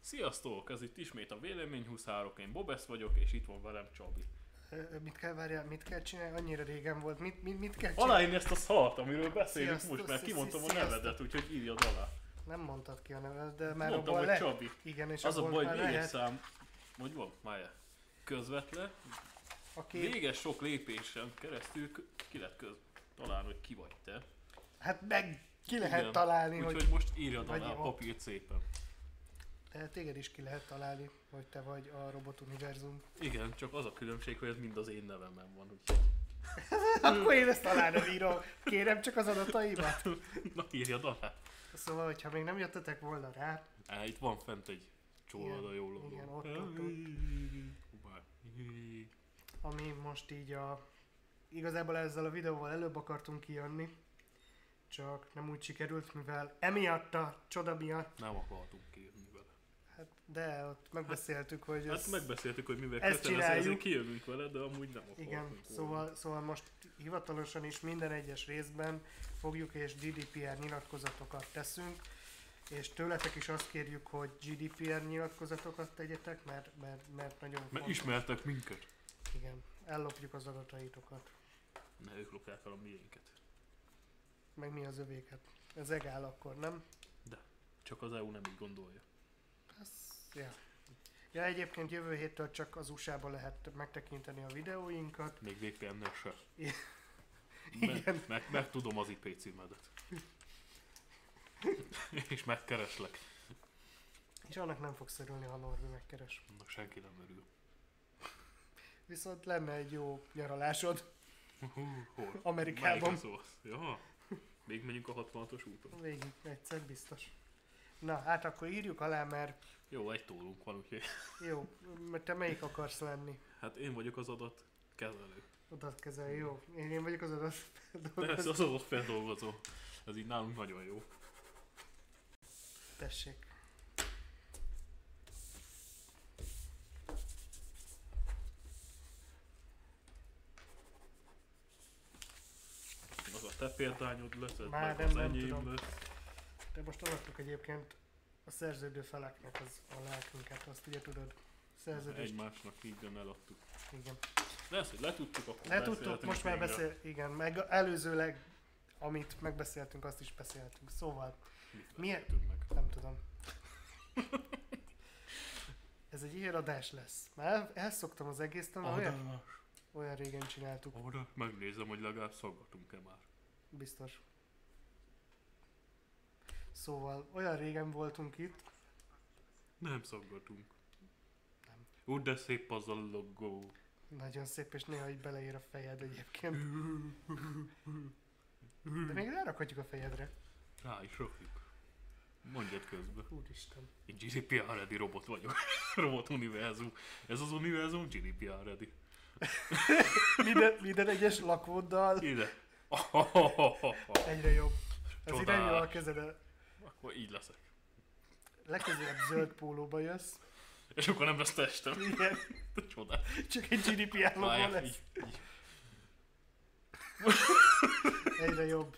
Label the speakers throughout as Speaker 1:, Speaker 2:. Speaker 1: Sziasztok! Ez itt ismét a Vélemény 23, én Bobesz vagyok, és itt van velem Csabi.
Speaker 2: Ö, Mit kell, várjál, mit kell csinálni? Annyira régen volt. Mit, mit, mit kell csinálni?
Speaker 1: Aláírni ezt a szart, amiről beszélünk
Speaker 2: Sziasztok,
Speaker 1: most, mert
Speaker 2: szi-
Speaker 1: kimondtam a
Speaker 2: szi- sziasztok.
Speaker 1: nevedet, úgyhogy írjad alá.
Speaker 2: Nem mondtad ki a nevet, de már
Speaker 1: Mondtam,
Speaker 2: abból
Speaker 1: hogy
Speaker 2: le...
Speaker 1: Csabi.
Speaker 2: Igen, és
Speaker 1: Az a
Speaker 2: abból
Speaker 1: baj,
Speaker 2: már
Speaker 1: hogy véges
Speaker 2: lehet,
Speaker 1: szám, hogy van, Mája, közvetlen,
Speaker 2: a két...
Speaker 1: véges sok lépésen keresztül k- ki lehet köz, talán, hogy ki vagy te.
Speaker 2: Hát meg ki lehet
Speaker 1: Igen.
Speaker 2: találni,
Speaker 1: Úgyhogy
Speaker 2: hogy...
Speaker 1: most írjad
Speaker 2: vagy
Speaker 1: alá a
Speaker 2: ott.
Speaker 1: papírt szépen.
Speaker 2: De téged is ki lehet találni, hogy te vagy a robot univerzum.
Speaker 1: Igen, csak az a különbség, hogy ez mind az én nevemben van, úgyhogy... Hmm.
Speaker 2: Akkor én ezt alá nem írom. Kérem csak az adataimat.
Speaker 1: Na írjad alá.
Speaker 2: Szóval, hogyha még nem jöttetek volna rá,
Speaker 1: Á, itt van fent egy csóla,
Speaker 2: Igen,
Speaker 1: de jól
Speaker 2: igen, ott, ott, ott. ami most így a... Igazából ezzel a videóval előbb akartunk kijönni, csak nem úgy sikerült, mivel emiatt a csoda miatt,
Speaker 1: Nem akartunk kijönni vele.
Speaker 2: hát de ott megbeszéltük, hogy
Speaker 1: Hát
Speaker 2: ez...
Speaker 1: megbeszéltük, hogy mivel
Speaker 2: ezt
Speaker 1: kötelező, ezért
Speaker 2: csináljuk.
Speaker 1: kijövünk vele, de amúgy nem akartunk
Speaker 2: Igen,
Speaker 1: volna.
Speaker 2: szóval, szóval most hivatalosan is minden egyes részben fogjuk és GDPR nyilatkozatokat teszünk, és tőletek is azt kérjük, hogy GDPR nyilatkozatokat tegyetek, mert, mert, mert nagyon
Speaker 1: Mert
Speaker 2: fontos.
Speaker 1: ismertek minket.
Speaker 2: Igen, ellopjuk az adataitokat,
Speaker 1: Ne ők lopják el a miénket.
Speaker 2: meg mi az övéket. Ez egál akkor, nem?
Speaker 1: Csak az EU nem így gondolja.
Speaker 2: Ez, ja. ja, egyébként jövő héttől csak az USA-ba lehet megtekinteni a videóinkat.
Speaker 1: Még VPN-nel se.
Speaker 2: Igen.
Speaker 1: Meg, meg, meg tudom az IP címedet. És megkereslek.
Speaker 2: És annak nem fogsz örülni, ha Norbi megkeres.
Speaker 1: Na, senki nem örül.
Speaker 2: Viszont lenne egy jó nyaralásod
Speaker 1: Hú, Hol?
Speaker 2: Amerikában.
Speaker 1: Melyikre szólsz? Ja. Még megyünk a 66-os úton.
Speaker 2: Végig, egyszer biztos. Na, hát akkor írjuk alá, mert
Speaker 1: Jó, egy tólunk van, úgyhogy...
Speaker 2: jó, mert te melyik akarsz lenni?
Speaker 1: Hát én vagyok az adat kezelő.
Speaker 2: Adatkezelő, jó. Én, én vagyok az
Speaker 1: Persze
Speaker 2: adatkezelő.
Speaker 1: az adat feldolgozó. Ez így nálunk nagyon jó.
Speaker 2: Tessék.
Speaker 1: Az a te példányod lesz, ez
Speaker 2: Már
Speaker 1: meg
Speaker 2: nem-
Speaker 1: az
Speaker 2: nem
Speaker 1: enyém
Speaker 2: tudom.
Speaker 1: lesz.
Speaker 2: De most alattuk egyébként a szerződő feleknek az a lelkünket, azt ugye tudod. Szerződést.
Speaker 1: Egymásnak így nem eladtuk.
Speaker 2: Igen.
Speaker 1: De ezt, hogy letudtuk, akkor
Speaker 2: Ne tudtuk,
Speaker 1: beszélhetünk
Speaker 2: most már
Speaker 1: végre.
Speaker 2: beszél, igen, meg előzőleg, amit megbeszéltünk, azt is beszéltünk. Szóval,
Speaker 1: Mit
Speaker 2: Milyen-
Speaker 1: beszéltünk meg?
Speaker 2: nem tudom. Ez egy ilyen adás lesz. Már el, elszoktam az egész tanul, Szóval olyan,
Speaker 1: Adás,
Speaker 2: olyan régen csináltuk,
Speaker 1: adás. Megnézem, hogy legalább szaggatunk-e már.
Speaker 2: biztos. Szóval, olyan régen voltunk itt,
Speaker 1: Nem szaggatunk.
Speaker 2: Nem.
Speaker 1: Ú, de szép az a logó.
Speaker 2: nagyon szép, és néha így beleér a fejed egyébként. De még rárakhatjuk a fejedre.
Speaker 1: Rá is rakjuk. Mondjad közben.
Speaker 2: Úristen.
Speaker 1: Én GDPR ready robot vagyok. robot univerzum. Ez az univerzum GDPR ready.
Speaker 2: Minden, minden egyes lakóddal
Speaker 1: Ide.
Speaker 2: egyre jobb. Ez
Speaker 1: Csodás.
Speaker 2: irányul a kezed,
Speaker 1: Akkor így leszek.
Speaker 2: legközelebb zöld pólóba jössz.
Speaker 1: És akkor nem lesz testem.
Speaker 2: Igen,
Speaker 1: Csodás.
Speaker 2: csak egy GDPR logó
Speaker 1: Várjál,
Speaker 2: lesz.
Speaker 1: így, így.
Speaker 2: Egyre jobb.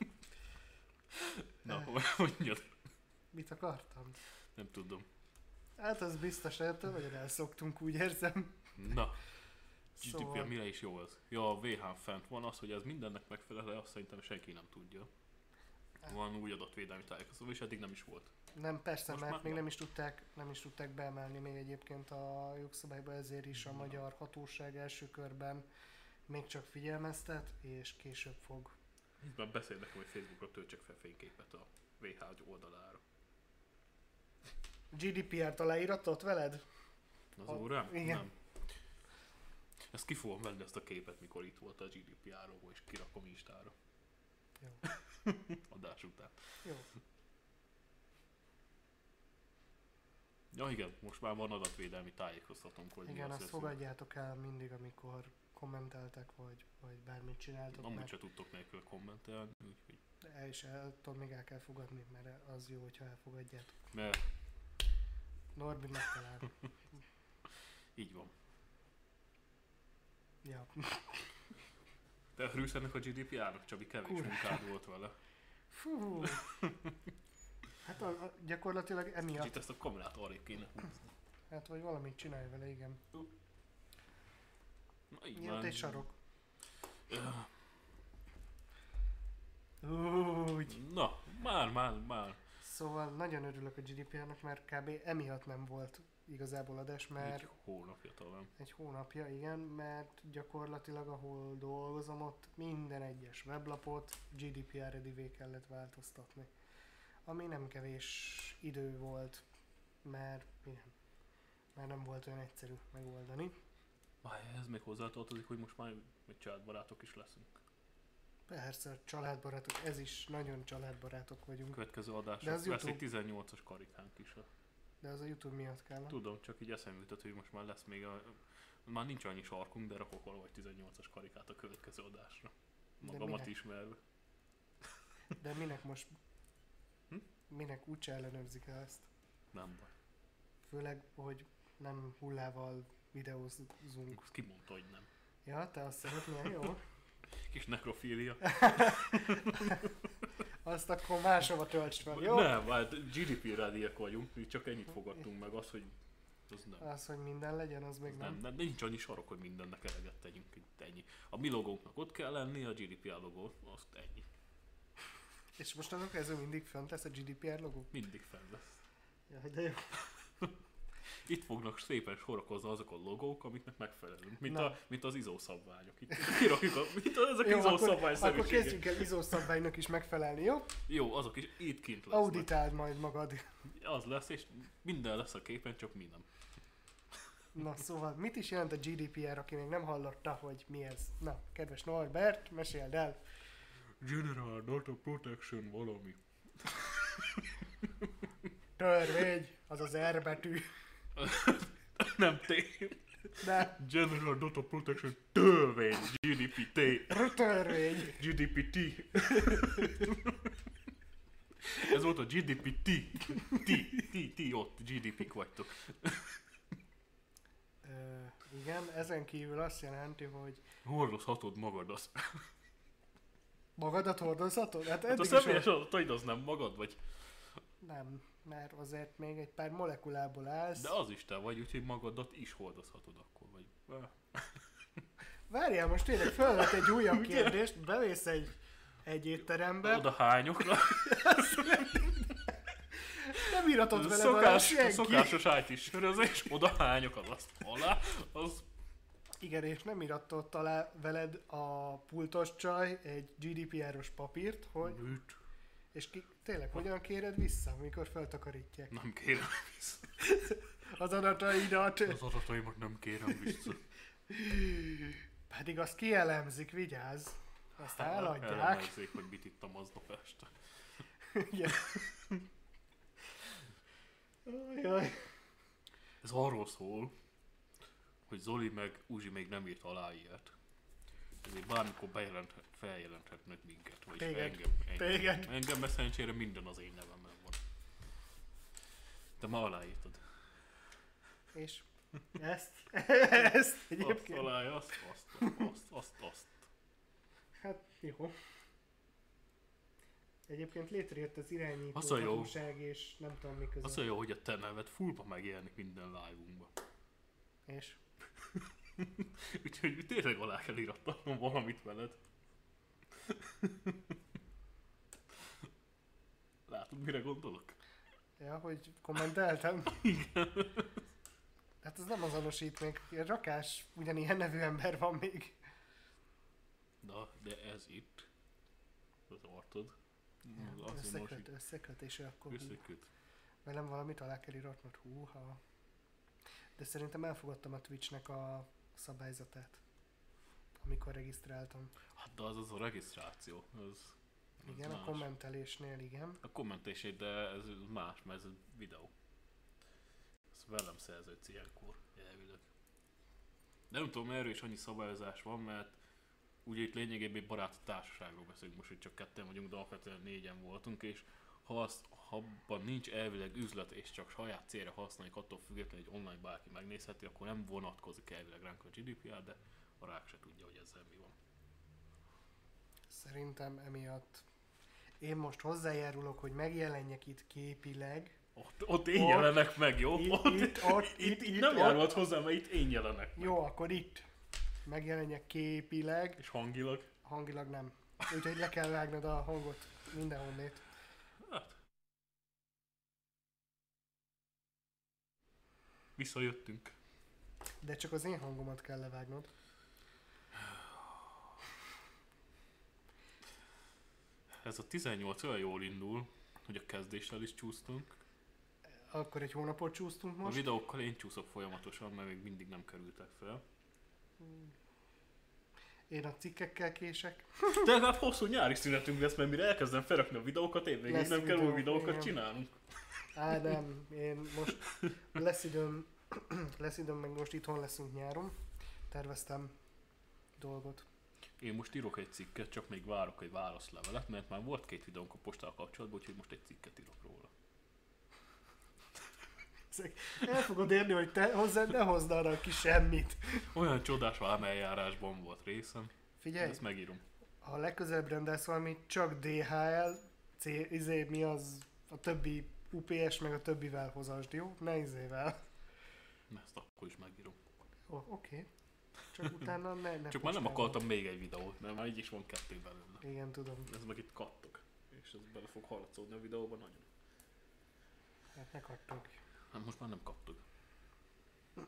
Speaker 1: Na, mondjad.
Speaker 2: Mit akartam?
Speaker 1: Nem tudom.
Speaker 2: Hát az biztos, ettől nagyon elszoktunk, úgy érzem.
Speaker 1: Na, GDPR
Speaker 2: Szóval-
Speaker 1: mire is jó ez? Ja, a VH fent van az, hogy ez mindennek megfelel, azt szerintem senki nem tudja. Van új adatvédelmi tájékozó, és eddig nem is volt.
Speaker 2: Nem, persze,
Speaker 1: Most
Speaker 2: mert
Speaker 1: már
Speaker 2: még
Speaker 1: van.
Speaker 2: nem is, tudták, nem is tudták beemelni még egyébként a jogszabályba, ezért is a magyar hatóság első körben még csak figyelmeztet, és később fog.
Speaker 1: Már beszél nekem, hogy Facebookra töltsek fel fényképet a VH oldalára.
Speaker 2: GDPR-t aláíratott veled?
Speaker 1: Az
Speaker 2: A-
Speaker 1: órám?
Speaker 2: igen.
Speaker 1: Nem. Ezt ki fogom venni ezt a képet, mikor itt volt a GDPR logó, és kirakom Instára.
Speaker 2: Jó.
Speaker 1: Adás után.
Speaker 2: Jó.
Speaker 1: Ja igen, most már van adatvédelmi tájékoztatónk, hogy
Speaker 2: Igen,
Speaker 1: mi
Speaker 2: azt
Speaker 1: az
Speaker 2: fogadjátok el mindig, amikor kommenteltek, vagy, vagy bármit csináltok,
Speaker 1: Amúgy
Speaker 2: mert
Speaker 1: se tudtok nélkül kommentelni, úgyhogy...
Speaker 2: el is el, attól még el kell fogadni, mert az jó, hogyha elfogadjátok.
Speaker 1: Mert
Speaker 2: Norbi megtalál.
Speaker 1: így van.
Speaker 2: ja.
Speaker 1: Te örülsz ennek a GDPR-nak, Csabi, kevés
Speaker 2: Kurva.
Speaker 1: munkád volt vele.
Speaker 2: Fú. Hát a, a, gyakorlatilag emiatt,
Speaker 1: Kicsit ezt a kamerát arrébb kéne húzni.
Speaker 2: hát vagy valamit csinálj vele, igen.
Speaker 1: Na így
Speaker 2: Nyilván
Speaker 1: van.
Speaker 2: egy sarok.
Speaker 1: Öh,
Speaker 2: Úgy.
Speaker 1: Na, már, már, már.
Speaker 2: Szóval nagyon örülök a GDPR-nek, mert kb. emiatt nem volt igazából adás, mert
Speaker 1: Egy hónapja talán.
Speaker 2: egy hónapja, igen, mert gyakorlatilag ahol dolgozom, ott minden egyes weblapot GDPR ready kellett változtatni. Ami nem kevés idő volt, mert igen, már nem volt olyan egyszerű megoldani.
Speaker 1: Már ez még hozzátartozik, hogy most már egy családbarátok is leszünk.
Speaker 2: Persze, családbarátok, ez is nagyon családbarátok vagyunk,
Speaker 1: Következő adás
Speaker 2: De az
Speaker 1: lesz
Speaker 2: YouTube.
Speaker 1: egy 18-as karikánk is.
Speaker 2: de az a YouTube miatt kell.
Speaker 1: Tudom, csak így eszembe jutott, hogy most már lesz még a... Már nincs annyi sarkunk, de rakok valahogy 18-as karikát a következő adásra.
Speaker 2: De
Speaker 1: Magamat
Speaker 2: minek?
Speaker 1: ismerve.
Speaker 2: De minek most,
Speaker 1: Hm?
Speaker 2: minek úgyse ellenőrzik el ezt.
Speaker 1: Nem baj.
Speaker 2: Főleg, hogy nem hullával videózunk.
Speaker 1: Azt kimondta, hogy nem.
Speaker 2: Ja, te azt szeretnél, jó?
Speaker 1: Kis nekrofília.
Speaker 2: Azt akkor máshova töltsd fel, jó?
Speaker 1: Nem, hát GDP rádiak vagyunk, mi csak ennyit fogadtunk meg, az, hogy az nem.
Speaker 2: Az, hogy minden legyen, az még
Speaker 1: Az nem,
Speaker 2: nem.
Speaker 1: nem, nincs annyi sarok, hogy mindennek eleget tegyünk, itt ennyi. A mi logónknak ott kell lenni, a GDP logó, azt ennyi.
Speaker 2: És most azok ez mindig fönt lesz a GDPR logó?
Speaker 1: Mindig fenn lesz.
Speaker 2: Jaj, de jó.
Speaker 1: Itt fognak szépen sorakozni azok a logók, amiknek megfelelünk, mint,
Speaker 2: Na.
Speaker 1: a, mint az ISO szabványok. Itt kirakjuk a, mint a- ezek
Speaker 2: jó
Speaker 1: ISO
Speaker 2: akkor,
Speaker 1: szabvány
Speaker 2: akkor
Speaker 1: személyiségek.
Speaker 2: kezdjünk el ISO szabálynak is megfelelni, jó?
Speaker 1: Jó, azok is itt kint lesznek.
Speaker 2: Auditáld majd magad.
Speaker 1: Az lesz, és minden lesz a képen, csak mi nem.
Speaker 2: Na szóval, mit is jelent a GDPR, aki még nem hallotta, hogy mi ez? Na, kedves Norbert, meséld el.
Speaker 1: General Data Protection valami.
Speaker 2: Törvény, az az R betű.
Speaker 1: Nem tény.
Speaker 2: De
Speaker 1: General Data Protection törvény. GDPT.
Speaker 2: törvény.
Speaker 1: GDPT. Ez volt a GDPT. T. T. T. ott. GDP-k vagytok.
Speaker 2: Ö, igen, ezen kívül azt jelenti, hogy
Speaker 1: Hordozhatod magad azt.
Speaker 2: magadat hordozhatod? Hát eddig
Speaker 1: Hát a
Speaker 2: is
Speaker 1: személyes
Speaker 2: hord...
Speaker 1: adataid az nem magad vagy.
Speaker 2: Nem, mert azért még egy pár molekulából állsz.
Speaker 1: De az is te vagy, úgyhogy magadat is hordozhatod akkor. Vagy.
Speaker 2: Várjál, most tényleg felvet egy újabb kérdést, bevész egy, egy étterembe,
Speaker 1: Oda hányok.
Speaker 2: nem íratod vele
Speaker 1: Szokás,
Speaker 2: vele senki.
Speaker 1: szokásos IT sörözés, oda hányok az azt alá, az
Speaker 2: Igen, és nem íratott alá veled a pultos csaj egy GDPR-os papírt, hogy,
Speaker 1: műt.
Speaker 2: és ki, tényleg hogyan kéred vissza, amikor feltakarítják
Speaker 1: Nem kérem vissza.
Speaker 2: az adataidat.
Speaker 1: Az adataimat nem kérem vissza.
Speaker 2: Pedig azt kielemzik, vigyázz. Azt
Speaker 1: Hát,
Speaker 2: eladják.
Speaker 1: Elemezzék, hogy mit ittam aznap este.
Speaker 2: Igen. Jaj.
Speaker 1: Ez arról szól, hogy Zoli meg Uzsi még nem írt alá ilyet. Ezért bármikor bejelenthet, feljelenthetnek minket, vagy
Speaker 2: Téged.
Speaker 1: engem. engem.
Speaker 2: Téged.
Speaker 1: Engem mert szerencsére minden az én nevemben van. Te ma aláírtad.
Speaker 2: És ezt, ezt
Speaker 1: Azt
Speaker 2: egyébként.
Speaker 1: alája, azt, azt, azt, azt, azt.
Speaker 2: Hát jó. Egyébként létrejött az irányító
Speaker 1: Az a jó.
Speaker 2: hatóság, és nem tudom mi között.
Speaker 1: Az a jó, hogy a te neved fullba megjelenik minden live-unkban.
Speaker 2: És
Speaker 1: Úgyhogy tényleg alá kell írattatnom valamit veled. Látod, mire gondolok?
Speaker 2: Ja, hogy kommenteltem. Hát ez nem azonosít még. Ilyen rakás, ugyanilyen nevű ember van még.
Speaker 1: Na, de ez itt. Az artod.
Speaker 2: Ja,
Speaker 1: Az
Speaker 2: Hát összeköt,
Speaker 1: azonosít.
Speaker 2: összeköt, és akkor
Speaker 1: Összeköt.
Speaker 2: velem valamit alá kell iratnod. Húha. De szerintem elfogadtam a Twitchnek a szabályzatát, amikor regisztráltam.
Speaker 1: Hát de az az a regisztráció. Az, az
Speaker 2: Igen, a
Speaker 1: más.
Speaker 2: kommentelésnél, igen.
Speaker 1: A kommentésé, de ez más, mert ez egy videó. Ez velem szerződsz ilyenkor, elvileg. De nem tudom, erről is annyi szabályozás van, mert ugye itt lényegében egy baráti társaságról beszélünk most, hogy csak ketten vagyunk, de alapvetően négyen voltunk, és ha, az, ha abban nincs elvileg üzlet, és csak saját célra használjuk, attól függetlenül, hogy online bárki megnézheti, akkor nem vonatkozik elvileg ránk a GDPR, de a rák se tudja, hogy ezzel mi van.
Speaker 2: Szerintem emiatt. én most hozzájárulok, hogy megjelenjek itt képileg.
Speaker 1: Ott, ott én
Speaker 2: Ott-
Speaker 1: jelenek meg, jó?
Speaker 2: itt-
Speaker 1: Ott,
Speaker 2: itt- ott-
Speaker 1: itt,
Speaker 2: itt-
Speaker 1: itt,
Speaker 2: itt-
Speaker 1: nem
Speaker 2: ott.
Speaker 1: járult hozzá, mert itt én jelenek meg.
Speaker 2: Jó, akkor itt megjelenjek képileg,
Speaker 1: És hangilag.
Speaker 2: hangilag nem. Úgyhogy le kell vágnod a hangot mindenhonnét.
Speaker 1: Hát. Visszajöttünk.
Speaker 2: De csak az én hangomat kell levágnod.
Speaker 1: Ez a 18 olyan jól indul, hogy a kezdéssel is csúsztunk.
Speaker 2: Akkor egy hónapot csúsztunk
Speaker 1: Most? A
Speaker 2: most.
Speaker 1: videókkal én csúszok folyamatosan, mert még mindig nem kerültek fel.
Speaker 2: Én a cikkekkel kések.
Speaker 1: De legalább hosszú nyári szünetünk lesz, mert mire elkezdem felrakni a videókat, én végig
Speaker 2: Lesz
Speaker 1: nem kell új
Speaker 2: videó,
Speaker 1: videókat
Speaker 2: igen.
Speaker 1: csinálnunk.
Speaker 2: Á, nem, én most lesz időm, lesz időm, meg most itthon leszünk nyáron. Terveztem dolgot.
Speaker 1: Én most írok egy cikket, csak még várok egy válaszlevelet, mert már volt két videónk a postával kapcsolatban, úgyhogy most egy cikket írok róla.
Speaker 2: Ezek- El fogod érni, hogy te hozzá ne hozd arra ki semmit.
Speaker 1: Olyan csodás vámeljárásban volt részem, de
Speaker 2: Figyelj,
Speaker 1: ezt megírom.
Speaker 2: ha legközelebb rendelsz valamit, csak DHL, C, izé, mi az, a többi UPS meg a többivel hozasd, jó? Ne izével.
Speaker 1: Ezt akkor is megírom.
Speaker 2: Ó, Oké. Okay. Csak utána ne, ne
Speaker 1: Csak már nem
Speaker 2: postálod.
Speaker 1: akartam még egy videót, mert már így is van kettő belőle.
Speaker 2: Igen, tudom.
Speaker 1: Ez meg itt kattog. És ez bele fog harcolni a videóban nagyon.
Speaker 2: Hát ne kattunk.
Speaker 1: Hát most már nem kaptuk.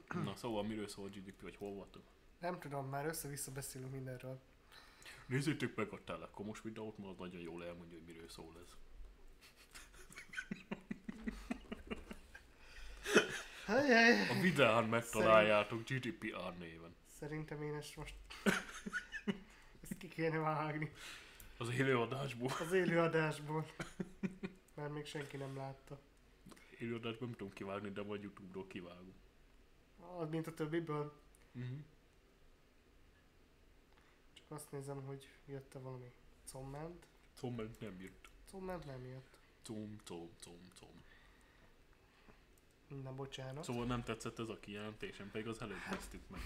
Speaker 1: Na szóval miről szól a GDP, vagy hol voltunk?
Speaker 2: Nem tudom, már össze-vissza beszélünk mindenről.
Speaker 1: Nézzétek meg a Telekomos videót, mert az nagyon jól elmondja, hogy miről szól ez.
Speaker 2: Ajaj.
Speaker 1: A videán megtaláljátok GDPR néven.
Speaker 2: Szerintem én ezt most... Ezt ki kéne vágni
Speaker 1: Az élőadásból.
Speaker 2: az élőadásból. Mert még senki nem látta.
Speaker 1: Élőadásból nem tudom kivágni, de majd Youtube-ról kivágom.
Speaker 2: Az, mint a többiből.
Speaker 1: Uh-huh.
Speaker 2: Csak azt nézem, hogy jött-e valami comment.
Speaker 1: Comment nem jött.
Speaker 2: Comment nem jött.
Speaker 1: Com, com, com, com.
Speaker 2: Na, bocsánat.
Speaker 1: Szóval nem tetszett ez a kijelentésem, pedig az előbb néztük meg.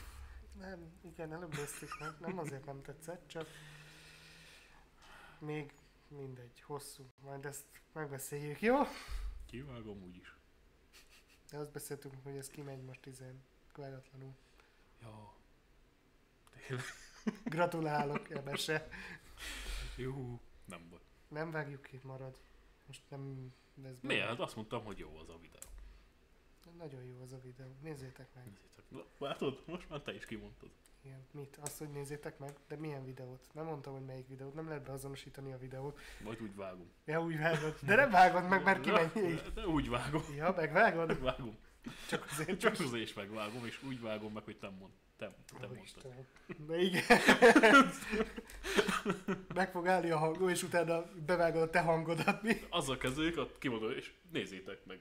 Speaker 2: Nem, igen, előbb néztük meg. Nem azért nem tetszett, csak... Még mindegy, hosszú. Majd ezt megbeszéljük, jó?
Speaker 1: Kivágom úgyis.
Speaker 2: De azt beszéltünk, hogy ez kimegy most izén. Váratlanul.
Speaker 1: Ja. Tényleg.
Speaker 2: Gratulálok, Ebese.
Speaker 1: Jó. Nem baj.
Speaker 2: Nem vágjuk ki, marad. Most nem lesz benne.
Speaker 1: Miért? Hát azt mondtam, hogy jó az a videó.
Speaker 2: Nagyon jó az a videó. Nézzétek meg.
Speaker 1: Nézzétek. Na, Látod? Most már te is kimondtad.
Speaker 2: Igen. Mit? Azt, hogy nézzétek meg? De milyen videót? Nem mondtam, hogy melyik videót. Nem lehet beazonosítani a videót.
Speaker 1: Majd úgy vágom.
Speaker 2: Ja, úgy vágod. De nem vágod meg, mert
Speaker 1: Ja,
Speaker 2: kimegy így.
Speaker 1: de- De úgy vágom.
Speaker 2: Ja, megvágod?
Speaker 1: Vágom.
Speaker 2: Csak azért.
Speaker 1: Csak azért is megvágom, és úgy vágom meg, hogy te mond. Te, te
Speaker 2: Ó,
Speaker 1: mondtad.
Speaker 2: Istenem. De igen. meg fog állni a hangom, és utána bevágod a te hangodat. Mi?
Speaker 1: Azzal kezdődik, ott kimondod, és nézzétek meg.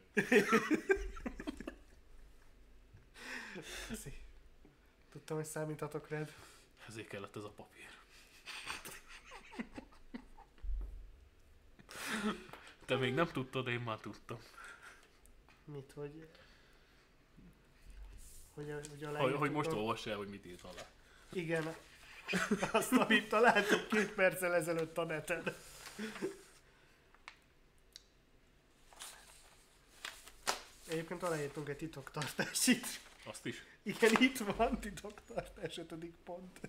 Speaker 2: Köszi. Tudtam, hogy számíthatok rád.
Speaker 1: Ezért kellett ez a papír. Te még nem tudtad, én már tudtam.
Speaker 2: Mit, hogy... Hogy, a- hogy, a
Speaker 1: Hogy, hogy most
Speaker 2: leírtuk a-
Speaker 1: olvass el, hogy mit írt alá.
Speaker 2: Igen. Azt, amit találtuk két perccel ezelőtt a neten. Egyébként aláírtunk egy titoktartást itt.
Speaker 1: Azt is.
Speaker 2: Igen, itt van titoktartás, ötödik pont.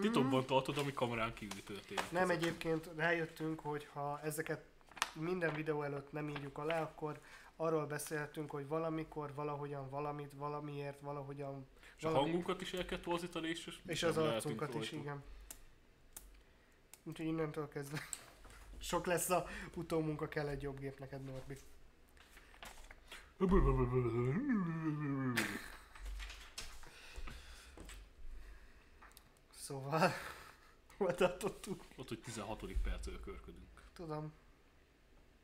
Speaker 1: Titokban tartod, ami kamerán kívül történik.
Speaker 2: Nem egyébként rájöttünk, hogy ha ezeket minden videó előtt nem írjuk alá, akkor arról beszélhetünk, hogy valamikor, valahogyan, valamit, valamiért, valahogyan...
Speaker 1: És a hangunkat is el kell torzítani, és,
Speaker 2: És az
Speaker 1: nem lehetünk
Speaker 2: arcunkat is,
Speaker 1: rajtuk.
Speaker 2: igen. Úgyhogy innentől kezdve. Sok lesz a utómunka, kell egy jobb gép neked, Norbi. Szóval, hol tartottuk?
Speaker 1: Ott, hogy 16. percről körködünk.
Speaker 2: Tudom.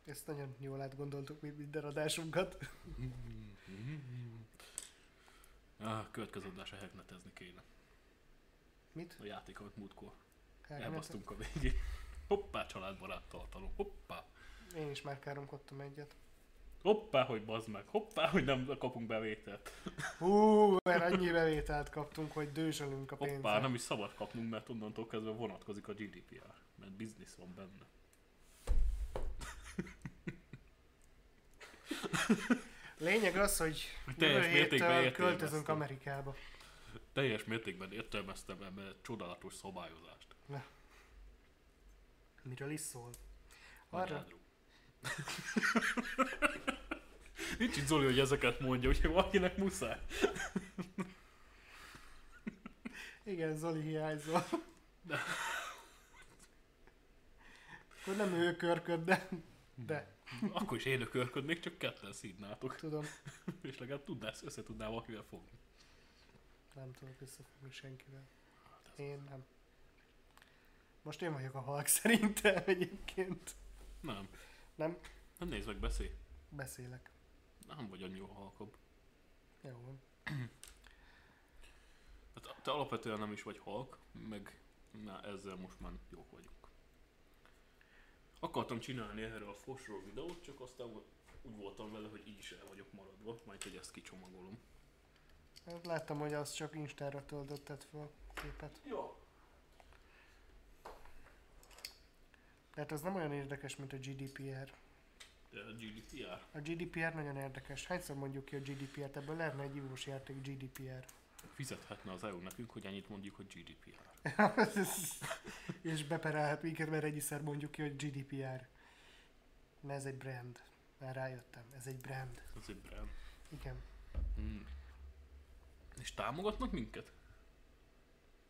Speaker 2: Ezt nagyon jól átgondoltuk mi minden adásunkat.
Speaker 1: Ah, következő adásra heknetezni kéne.
Speaker 2: Mit?
Speaker 1: A játék, amit múltkor
Speaker 2: Káromkodtam?
Speaker 1: elbasztunk a végén. Hoppá, családbarát tartalom. Hoppá.
Speaker 2: Én is már káromkodtam egyet.
Speaker 1: Hoppá, hogy bazd meg, hoppá, hogy nem kapunk bevételt.
Speaker 2: Hú, mert annyi bevételt kaptunk, hogy dősölünk a pénzre.
Speaker 1: Hoppá, nem is szabad kapnunk, mert onnantól kezdve vonatkozik a GDPR, mert biznisz van benne.
Speaker 2: Lényeg az, hogy
Speaker 1: Teljes
Speaker 2: jövő
Speaker 1: mértékben
Speaker 2: héttől
Speaker 1: értékben
Speaker 2: költözünk
Speaker 1: ezt.
Speaker 2: Amerikába.
Speaker 1: Teljes mértékben értelmeztem ebbe a csodálatos szabályozást.
Speaker 2: Miről is szól? Arra,
Speaker 1: Anyádról. Nincs itt Zoli, hogy ezeket mondja, úgyhogy valakinek muszáj.
Speaker 2: igen, Zoli hiányzol. Akkor nem ő körköd, de, de
Speaker 1: Akkor is élőkörködnék, csak ketten szídnátok.
Speaker 2: tudom,
Speaker 1: És legalább tudnál, össze tudnál valakivel fogni.
Speaker 2: nem tudok összefogni senkivel. Én nem. Most én vagyok a halk szerintem egyébként.
Speaker 1: Nem.
Speaker 2: Nem?
Speaker 1: Nem nézd meg, beszélj.
Speaker 2: Beszélek.
Speaker 1: Nem vagy annyira halkabb.
Speaker 2: Jó van.
Speaker 1: Hát te alapvetően nem is vagy halk, meg na, ezzel most már jók vagyunk. Akartam csinálni erre a fosról videót, csak aztán úgy voltam vele, hogy így is el vagyok maradva, majd hogy ezt kicsomagolom.
Speaker 2: Hát Láttam, hogy az csak Instára töltötted fel képet.
Speaker 1: Jó.
Speaker 2: Tehát az nem olyan érdekes, mint a GDPR.
Speaker 1: GDPR.
Speaker 2: A GDPR nagyon érdekes. Hányszor mondjuk ki a GDPR-t? Ebből lehetne egy jívós játék GDPR.
Speaker 1: Fizethetne az EU nekünk, hogy ennyit mondjuk, hogy GDPR.
Speaker 2: És beperelhet minket, mert egyszer mondjuk ki, hogy GDPR. Na ez egy brand. Már rájöttem. Ez egy brand.
Speaker 1: Ez egy brand.
Speaker 2: Igen.
Speaker 1: Hmm. És támogatnak minket?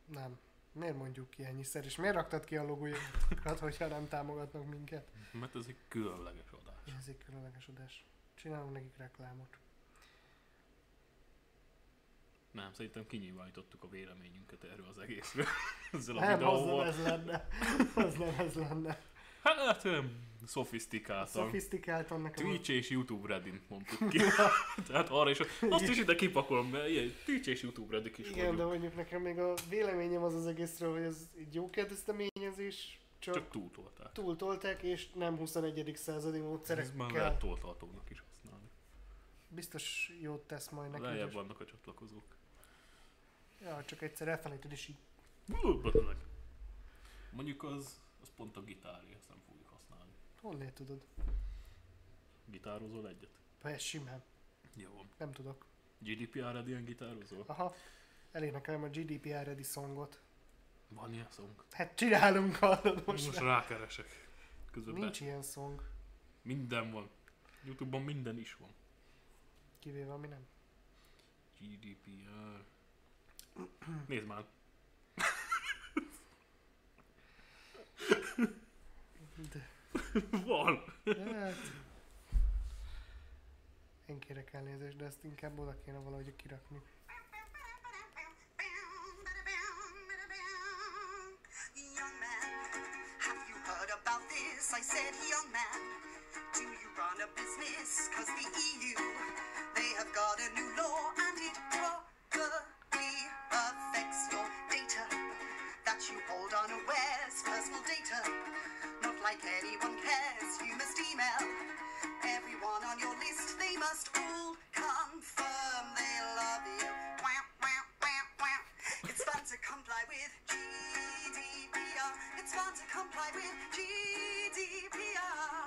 Speaker 2: Nem. Miért mondjuk ki ennyiszer? És miért raktad ki a logójukat, hogyha nem támogatnak minket?
Speaker 1: Mert ez egy különleges adás.
Speaker 2: Ez egy különleges adás. Csinálunk nekik reklámot.
Speaker 1: Nem, szerintem kinyilvánítottuk a véleményünket erről az egészről. Ezzel a
Speaker 2: Nem, az nem
Speaker 1: videóval.
Speaker 2: ez lenne. Az nem ez lenne.
Speaker 1: Hát, öm, szofisztikáltan.
Speaker 2: Szofisztikáltan nekem.
Speaker 1: Twitch és YouTube Reddit mondtuk ki. Tehát arra is, azt is ide kipakolom, mert ilyen Twitch és YouTube Reddit is
Speaker 2: Igen, de
Speaker 1: vagyunk.
Speaker 2: mondjuk nekem még a véleményem az az egészről, hogy ez egy jó kezdeményezés, csak,
Speaker 1: Csak
Speaker 2: csak
Speaker 1: túltolták.
Speaker 2: túltolták, és nem 21. századi
Speaker 1: Ez már
Speaker 2: módszerekkel.
Speaker 1: lehet toltatónak is használni.
Speaker 2: Biztos jót tesz majd neked.
Speaker 1: Lejjebb
Speaker 2: és-
Speaker 1: vannak a csatlakozók.
Speaker 2: Ja, csak egyszer elfelejted, és így
Speaker 1: Bú, bazd meg. Mondjuk az, az pont a gitáré, ezt nem fogjuk használni.
Speaker 2: honnél tudod?
Speaker 1: Gitározol egyet?
Speaker 2: Ez simán,
Speaker 1: Jó van.
Speaker 2: nem tudok.
Speaker 1: GDPR-ed ilyen gitározol?
Speaker 2: Aha, elénekelem a GDPR ready songot.
Speaker 1: Van ilyen szong?
Speaker 2: Hát csinálunk, hallod most.
Speaker 1: Most,
Speaker 2: most
Speaker 1: rákeresek. Közben
Speaker 2: Nincs
Speaker 1: Nincs.
Speaker 2: ilyen song,
Speaker 1: minden van. Youtube-ban minden is van.
Speaker 2: kivéve ami nem.
Speaker 1: GDPR. Nézd már,
Speaker 2: De,
Speaker 1: van.
Speaker 2: de hát... Én kérek elnézést, de ezt inkább oda kéne valahogy kirakni.
Speaker 3: Young man, have you heard about this? I said, young man, do you run a business? Cause the EU, they have got a new law and it probably affects your data that you hold unawares, personal data. Not like anyone cares, you must email everyone on your list. They must all confirm they love you. Wah, wah, wah, wah. It's fun to comply with GDPR. It's fun to comply with GDPR.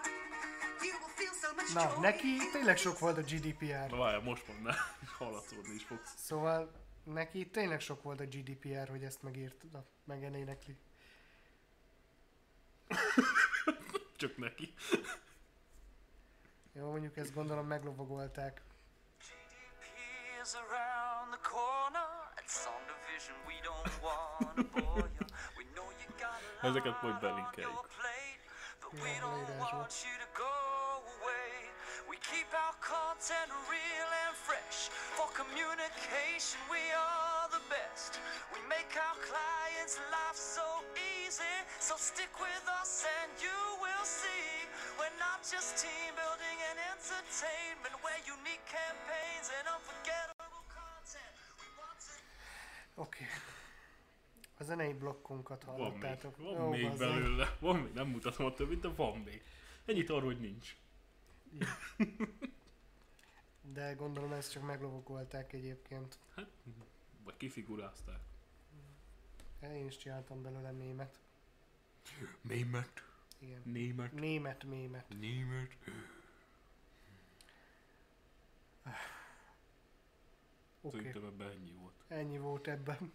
Speaker 3: You will feel so much
Speaker 2: Na,
Speaker 3: joy
Speaker 2: neki
Speaker 3: in
Speaker 2: tényleg sok volt a GDPR.
Speaker 1: Na várjál, most mondd, ne. Haladszódni is fogsz.
Speaker 2: Szóval neki tényleg sok volt a GDPR, hogy ezt megírta, meg elénekli.
Speaker 1: Csak neki.
Speaker 2: Jó, mondjuk ezt gondolom meglovagolták.
Speaker 4: GDP is around the corner. It's on the vision. We don't wanna bore you. We know you got a lot
Speaker 1: Ezeket majd
Speaker 4: on your
Speaker 1: belinkeljük.
Speaker 4: plate, but we
Speaker 2: Ja,
Speaker 4: don't
Speaker 2: leírásba.
Speaker 4: want you to go away. We keep our content real and fresh. For communication, we are the best. We make our clients' life so easy. So stick with us and you will see. We're not just team building and entertainment. We're unique campaigns and unforgettable content. We want to
Speaker 2: Oké. Okay. A zenei blokkunkat
Speaker 1: Van még,
Speaker 2: hallottátok.
Speaker 1: van
Speaker 2: Ó,
Speaker 1: még
Speaker 2: bazd meg.
Speaker 1: belőle. Van még, nem mutatom a többit, de van még. Ennyit arról, hogy nincs.
Speaker 2: de gondolom ezt csak meglovakolták egyébként.
Speaker 1: Hát, vagy kifigurázták.
Speaker 2: Én is csináltam belőle mémet.
Speaker 1: Német.
Speaker 2: Igen.
Speaker 1: Német.
Speaker 2: Német mémet.
Speaker 1: Német.
Speaker 2: Oké, okay.
Speaker 1: Szerintem ebben ennyi volt. Ah.
Speaker 2: ennyi volt ebben.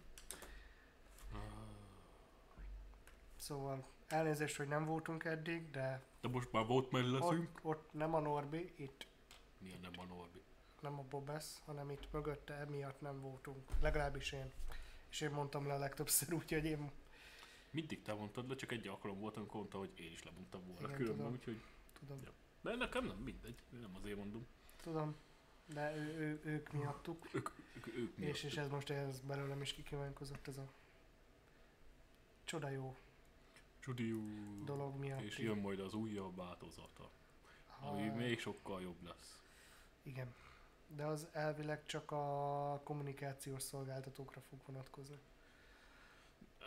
Speaker 2: Szóval elnézést, hogy nem voltunk eddig, de
Speaker 1: De most már volt már leszünk.
Speaker 2: ott, ott nem a Norbi, itt
Speaker 1: Milyen nem a Norbi.
Speaker 2: nem a Bobesz, hanem itt mögötte emiatt nem voltunk. Legalábbis én. És én mondtam le a legtöbbször, úgyhogy én
Speaker 1: Mindig te mondtad le, csak egy alkalom volt, amikor mondta, hogy én is lemondtam volna
Speaker 2: Igen,
Speaker 1: különben,
Speaker 2: tudom.
Speaker 1: úgyhogy...
Speaker 2: tudom,
Speaker 1: Ja. De nekem nem mindegy, nem azért mondom.
Speaker 2: tudom, de ő, ő, ők miattuk.
Speaker 1: Ők, ők, ők miatt.
Speaker 2: És, és ez most ez belőlem is kikívánkozott ez a csoda jó
Speaker 1: Csudiú.
Speaker 2: dolog miatt.
Speaker 1: És
Speaker 2: így. Ah.
Speaker 1: jön majd az újabb változata, ami
Speaker 2: Ha-
Speaker 1: még sokkal jobb lesz.
Speaker 2: Igen. De az elvileg csak a kommunikációs szolgáltatókra fog vonatkozni.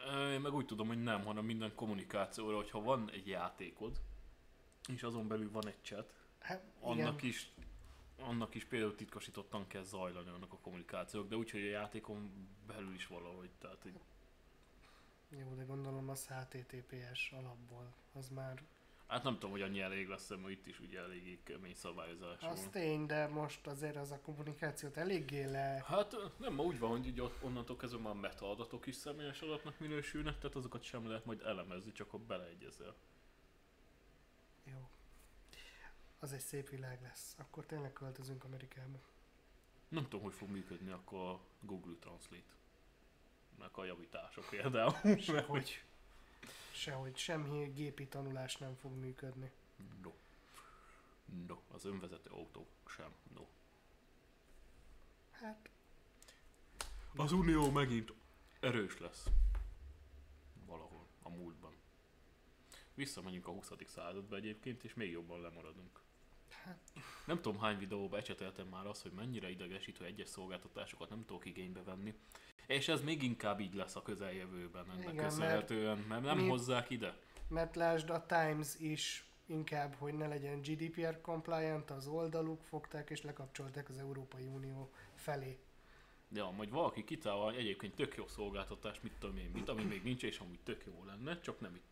Speaker 1: Ö, Én meg úgy tudom, hogy nem, hanem minden kommunikációra, hogyha van egy játékod, és azon belül van egy chat,
Speaker 2: Hát,
Speaker 1: annak
Speaker 2: igen,
Speaker 1: is, annak is például titkosítottan kell zajlani annak a kommunikációk, de úgy, hogy a játékon belül is valahogy, tehát hogy
Speaker 2: jó, de gondolom az HTTPS alapból. Az már,
Speaker 1: Hát nem tudom, hogy annyi elég lesz, mert itt is ugye eléggé kemény szabályozás
Speaker 2: az
Speaker 1: van.
Speaker 2: tény, de most azért az a kommunikációt eléggé le...
Speaker 1: Hát ö, nem, ma úgy van, hogy így ott, onnantól kezdve már metaadatok is személyes adatnak minősülnek, tehát azokat sem lehet majd elemezni, csak ha beleegyezel.
Speaker 2: Jó. Az egy szép világ lesz. Akkor tényleg költözünk Amerikába.
Speaker 1: Nem tudom, hogy fog működni akkor a Google Translate. Meg a javítások például, mert hogy...
Speaker 2: Sehogy semmi gépi tanulás nem fog működni.
Speaker 1: No. No. Az önvezető autó sem. No.
Speaker 2: Hát,
Speaker 1: Az Unió megint erős lesz. Valahol, a múltban. Visszamegyünk a 20. századba egyébként, és még jobban lemaradunk.
Speaker 2: Hát.
Speaker 1: Nem tudom hány videóba ecseteltem már azt, hogy mennyire idegesítő egyes szolgáltatásokat nem tudok igénybe venni. És ez még inkább így lesz a közeljövőben ennek
Speaker 2: Igen,
Speaker 1: Igen,
Speaker 2: mert
Speaker 1: köszönhetően, mert, nem
Speaker 2: mi-
Speaker 1: hozzák ide.
Speaker 2: mert lásd, a Times is inkább, hogy ne legyen GDPR compliant, az oldaluk fogták és lekapcsolták az Európai Unió felé.
Speaker 1: Ja, majd valaki kitálva egyébként tök jó szolgáltatás, mit tudom én, mit, ami még nincs, és amúgy tök jó lenne, csak nem itt.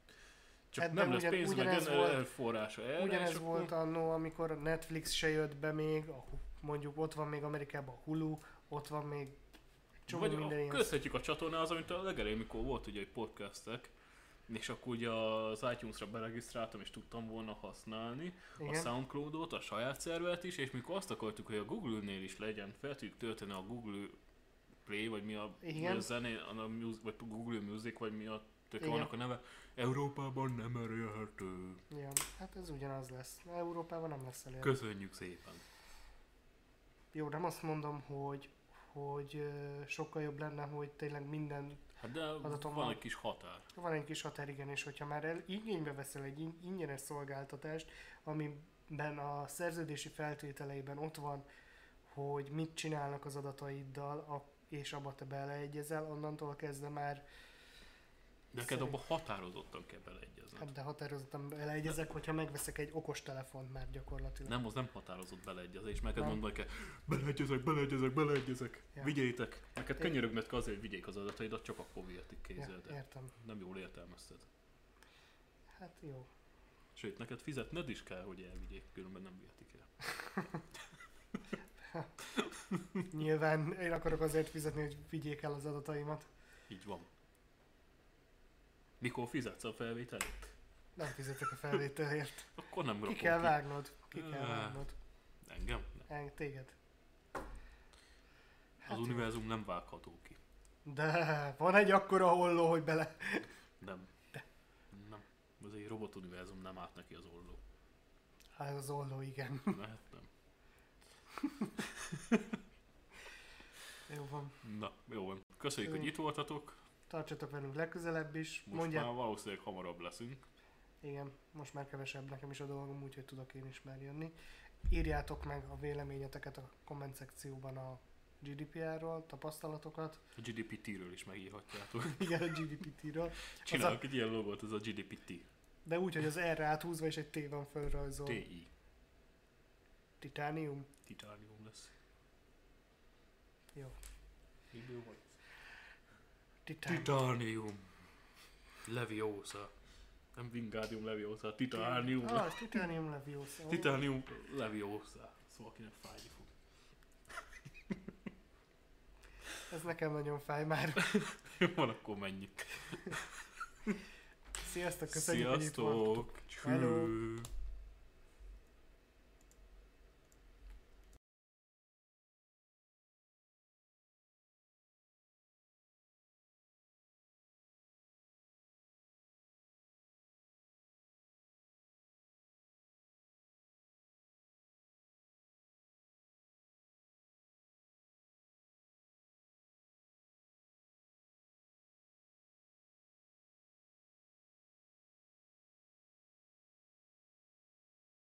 Speaker 1: Csak
Speaker 2: Ebben
Speaker 1: nem lesz
Speaker 2: Hát ugyan-
Speaker 1: pénz,
Speaker 2: ugyanez
Speaker 1: meg
Speaker 2: volt-
Speaker 1: volt, forrása erre, és
Speaker 2: Ugyanez
Speaker 1: akkor-
Speaker 2: volt annó, amikor a Netflix se jött be még, a, Hu- mondjuk ott van még Amerikában a Hulu, ott van még egy csomó
Speaker 1: Vagy
Speaker 2: minden
Speaker 1: a,
Speaker 2: ilyen.
Speaker 1: köszönjük a csatornához, amit a legelején, mikor volt ugye, hogy podcastek, és akkor ugye az iTunes-ra beregisztráltam, és tudtam volna használni
Speaker 2: Igen.
Speaker 1: a Soundcloud-ot, a saját szervet is, és mikor azt akartuk, hogy a Google-nél is legyen, fel tudjuk tölteni a Google Play, vagy mi a, mi
Speaker 2: Igen.
Speaker 1: a zené, a, a music, vagy Google Music, vagy mi a tök
Speaker 2: Igen.
Speaker 1: vannak a neve, Európában nem elérhető.
Speaker 2: Ja, hát ez ugyanaz lesz. Európában nem lesz elérhető.
Speaker 1: Köszönjük szépen.
Speaker 2: Jó, nem azt mondom, hogy hogy ö, sokkal jobb lenne, hogy tényleg minden
Speaker 1: Hát de
Speaker 2: Adatom
Speaker 1: van
Speaker 2: van.
Speaker 1: egy kis határ.
Speaker 2: Van egy kis határ, igen, és hogyha már el, igénybe veszel egy in- ingyenes szolgáltatást, amiben a szerződési feltételeiben ott van, hogy mit csinálnak az adataiddal, a, és abba te beleegyezel, onnantól kezdve már,
Speaker 1: De neked
Speaker 2: Szerint-
Speaker 1: abban határozottan kell beleegyezni.
Speaker 2: hát de határozottan beleegyezek, hogyha megveszek egy okostelefont már gyakorlatilag.
Speaker 1: Nem, az nem határozott beleegyezés, mert neked
Speaker 2: Nem.
Speaker 1: mondani kell, beleegyezek, beleegyezek, beleegyezek,
Speaker 2: Ja.
Speaker 1: ja. vigyétek. Neked
Speaker 2: É-
Speaker 1: könyörögnöd kell azért, hogy vigyék az adataidat, csak akkor vihetik
Speaker 2: ja,
Speaker 1: kézzel, de
Speaker 2: értem.
Speaker 1: nem jól értelmezted.
Speaker 2: Hát jó.
Speaker 1: Sőt, neked fizetned is kell, hogy elvigyék, különben nem vihetik el.
Speaker 2: Nyilván én akarok azért fizetni, hogy vigyék el az adataimat.
Speaker 1: Így van. Mikor fizetsz a felvételét,
Speaker 2: Nem fizetek a felvételért.
Speaker 1: akkor nem
Speaker 2: Ki
Speaker 1: rakom
Speaker 2: kell vágnod. Ki kell
Speaker 1: Ah.
Speaker 2: vágnod.
Speaker 1: Engem? Nem.
Speaker 2: Eng- Téged.
Speaker 1: Az
Speaker 2: Hát jó.
Speaker 1: univerzum nem vágható ki.
Speaker 2: De van egy akkora holló, hogy bele.
Speaker 1: Nem. Nem. Az egy robot univerzum nem állt neki az olló.
Speaker 2: Hát az olló, igen.
Speaker 1: Lehet nem.
Speaker 2: Jó van.
Speaker 1: Na, jó van. Köszönjük,
Speaker 2: Jó.
Speaker 1: hogy itt voltatok.
Speaker 2: Tartsatok velünk legközelebb is.
Speaker 1: Most
Speaker 2: Mondják.
Speaker 1: már valószínűleg hamarabb leszünk.
Speaker 2: Igen, most már kevesebb nekem is a dolgom, úgyhogy tudok én is már jönni. Írjátok meg a véleményeteket a komment szekcióban a GDPR-ról, tapasztalatokat.
Speaker 1: A GDPT-ről is megírhatjátok.
Speaker 2: Igen, a GDPT-ről.
Speaker 1: Csinálok egy ilyen logót, ez a GDPT.
Speaker 2: De úgy, hogy az R-re áthúzva és egy T van fölrajzol.
Speaker 1: TI.
Speaker 2: Titánium?
Speaker 1: Titánium lesz.
Speaker 2: Jó.
Speaker 1: Miből volt?
Speaker 2: Titán.
Speaker 1: Titánium. Leviosa. Nem Wingardium Leviosa, Titánium.
Speaker 2: Ah, titánium leviosa.
Speaker 1: Titánium Leviosa. Szóval akinek fájni fog.
Speaker 2: Ez nekem nagyon fáj már.
Speaker 1: Van, akkor menjünk.
Speaker 2: Sziasztok, köszönjük, hogy itt voltatok.
Speaker 1: Sziasztok!
Speaker 2: Hello.
Speaker 1: Cső!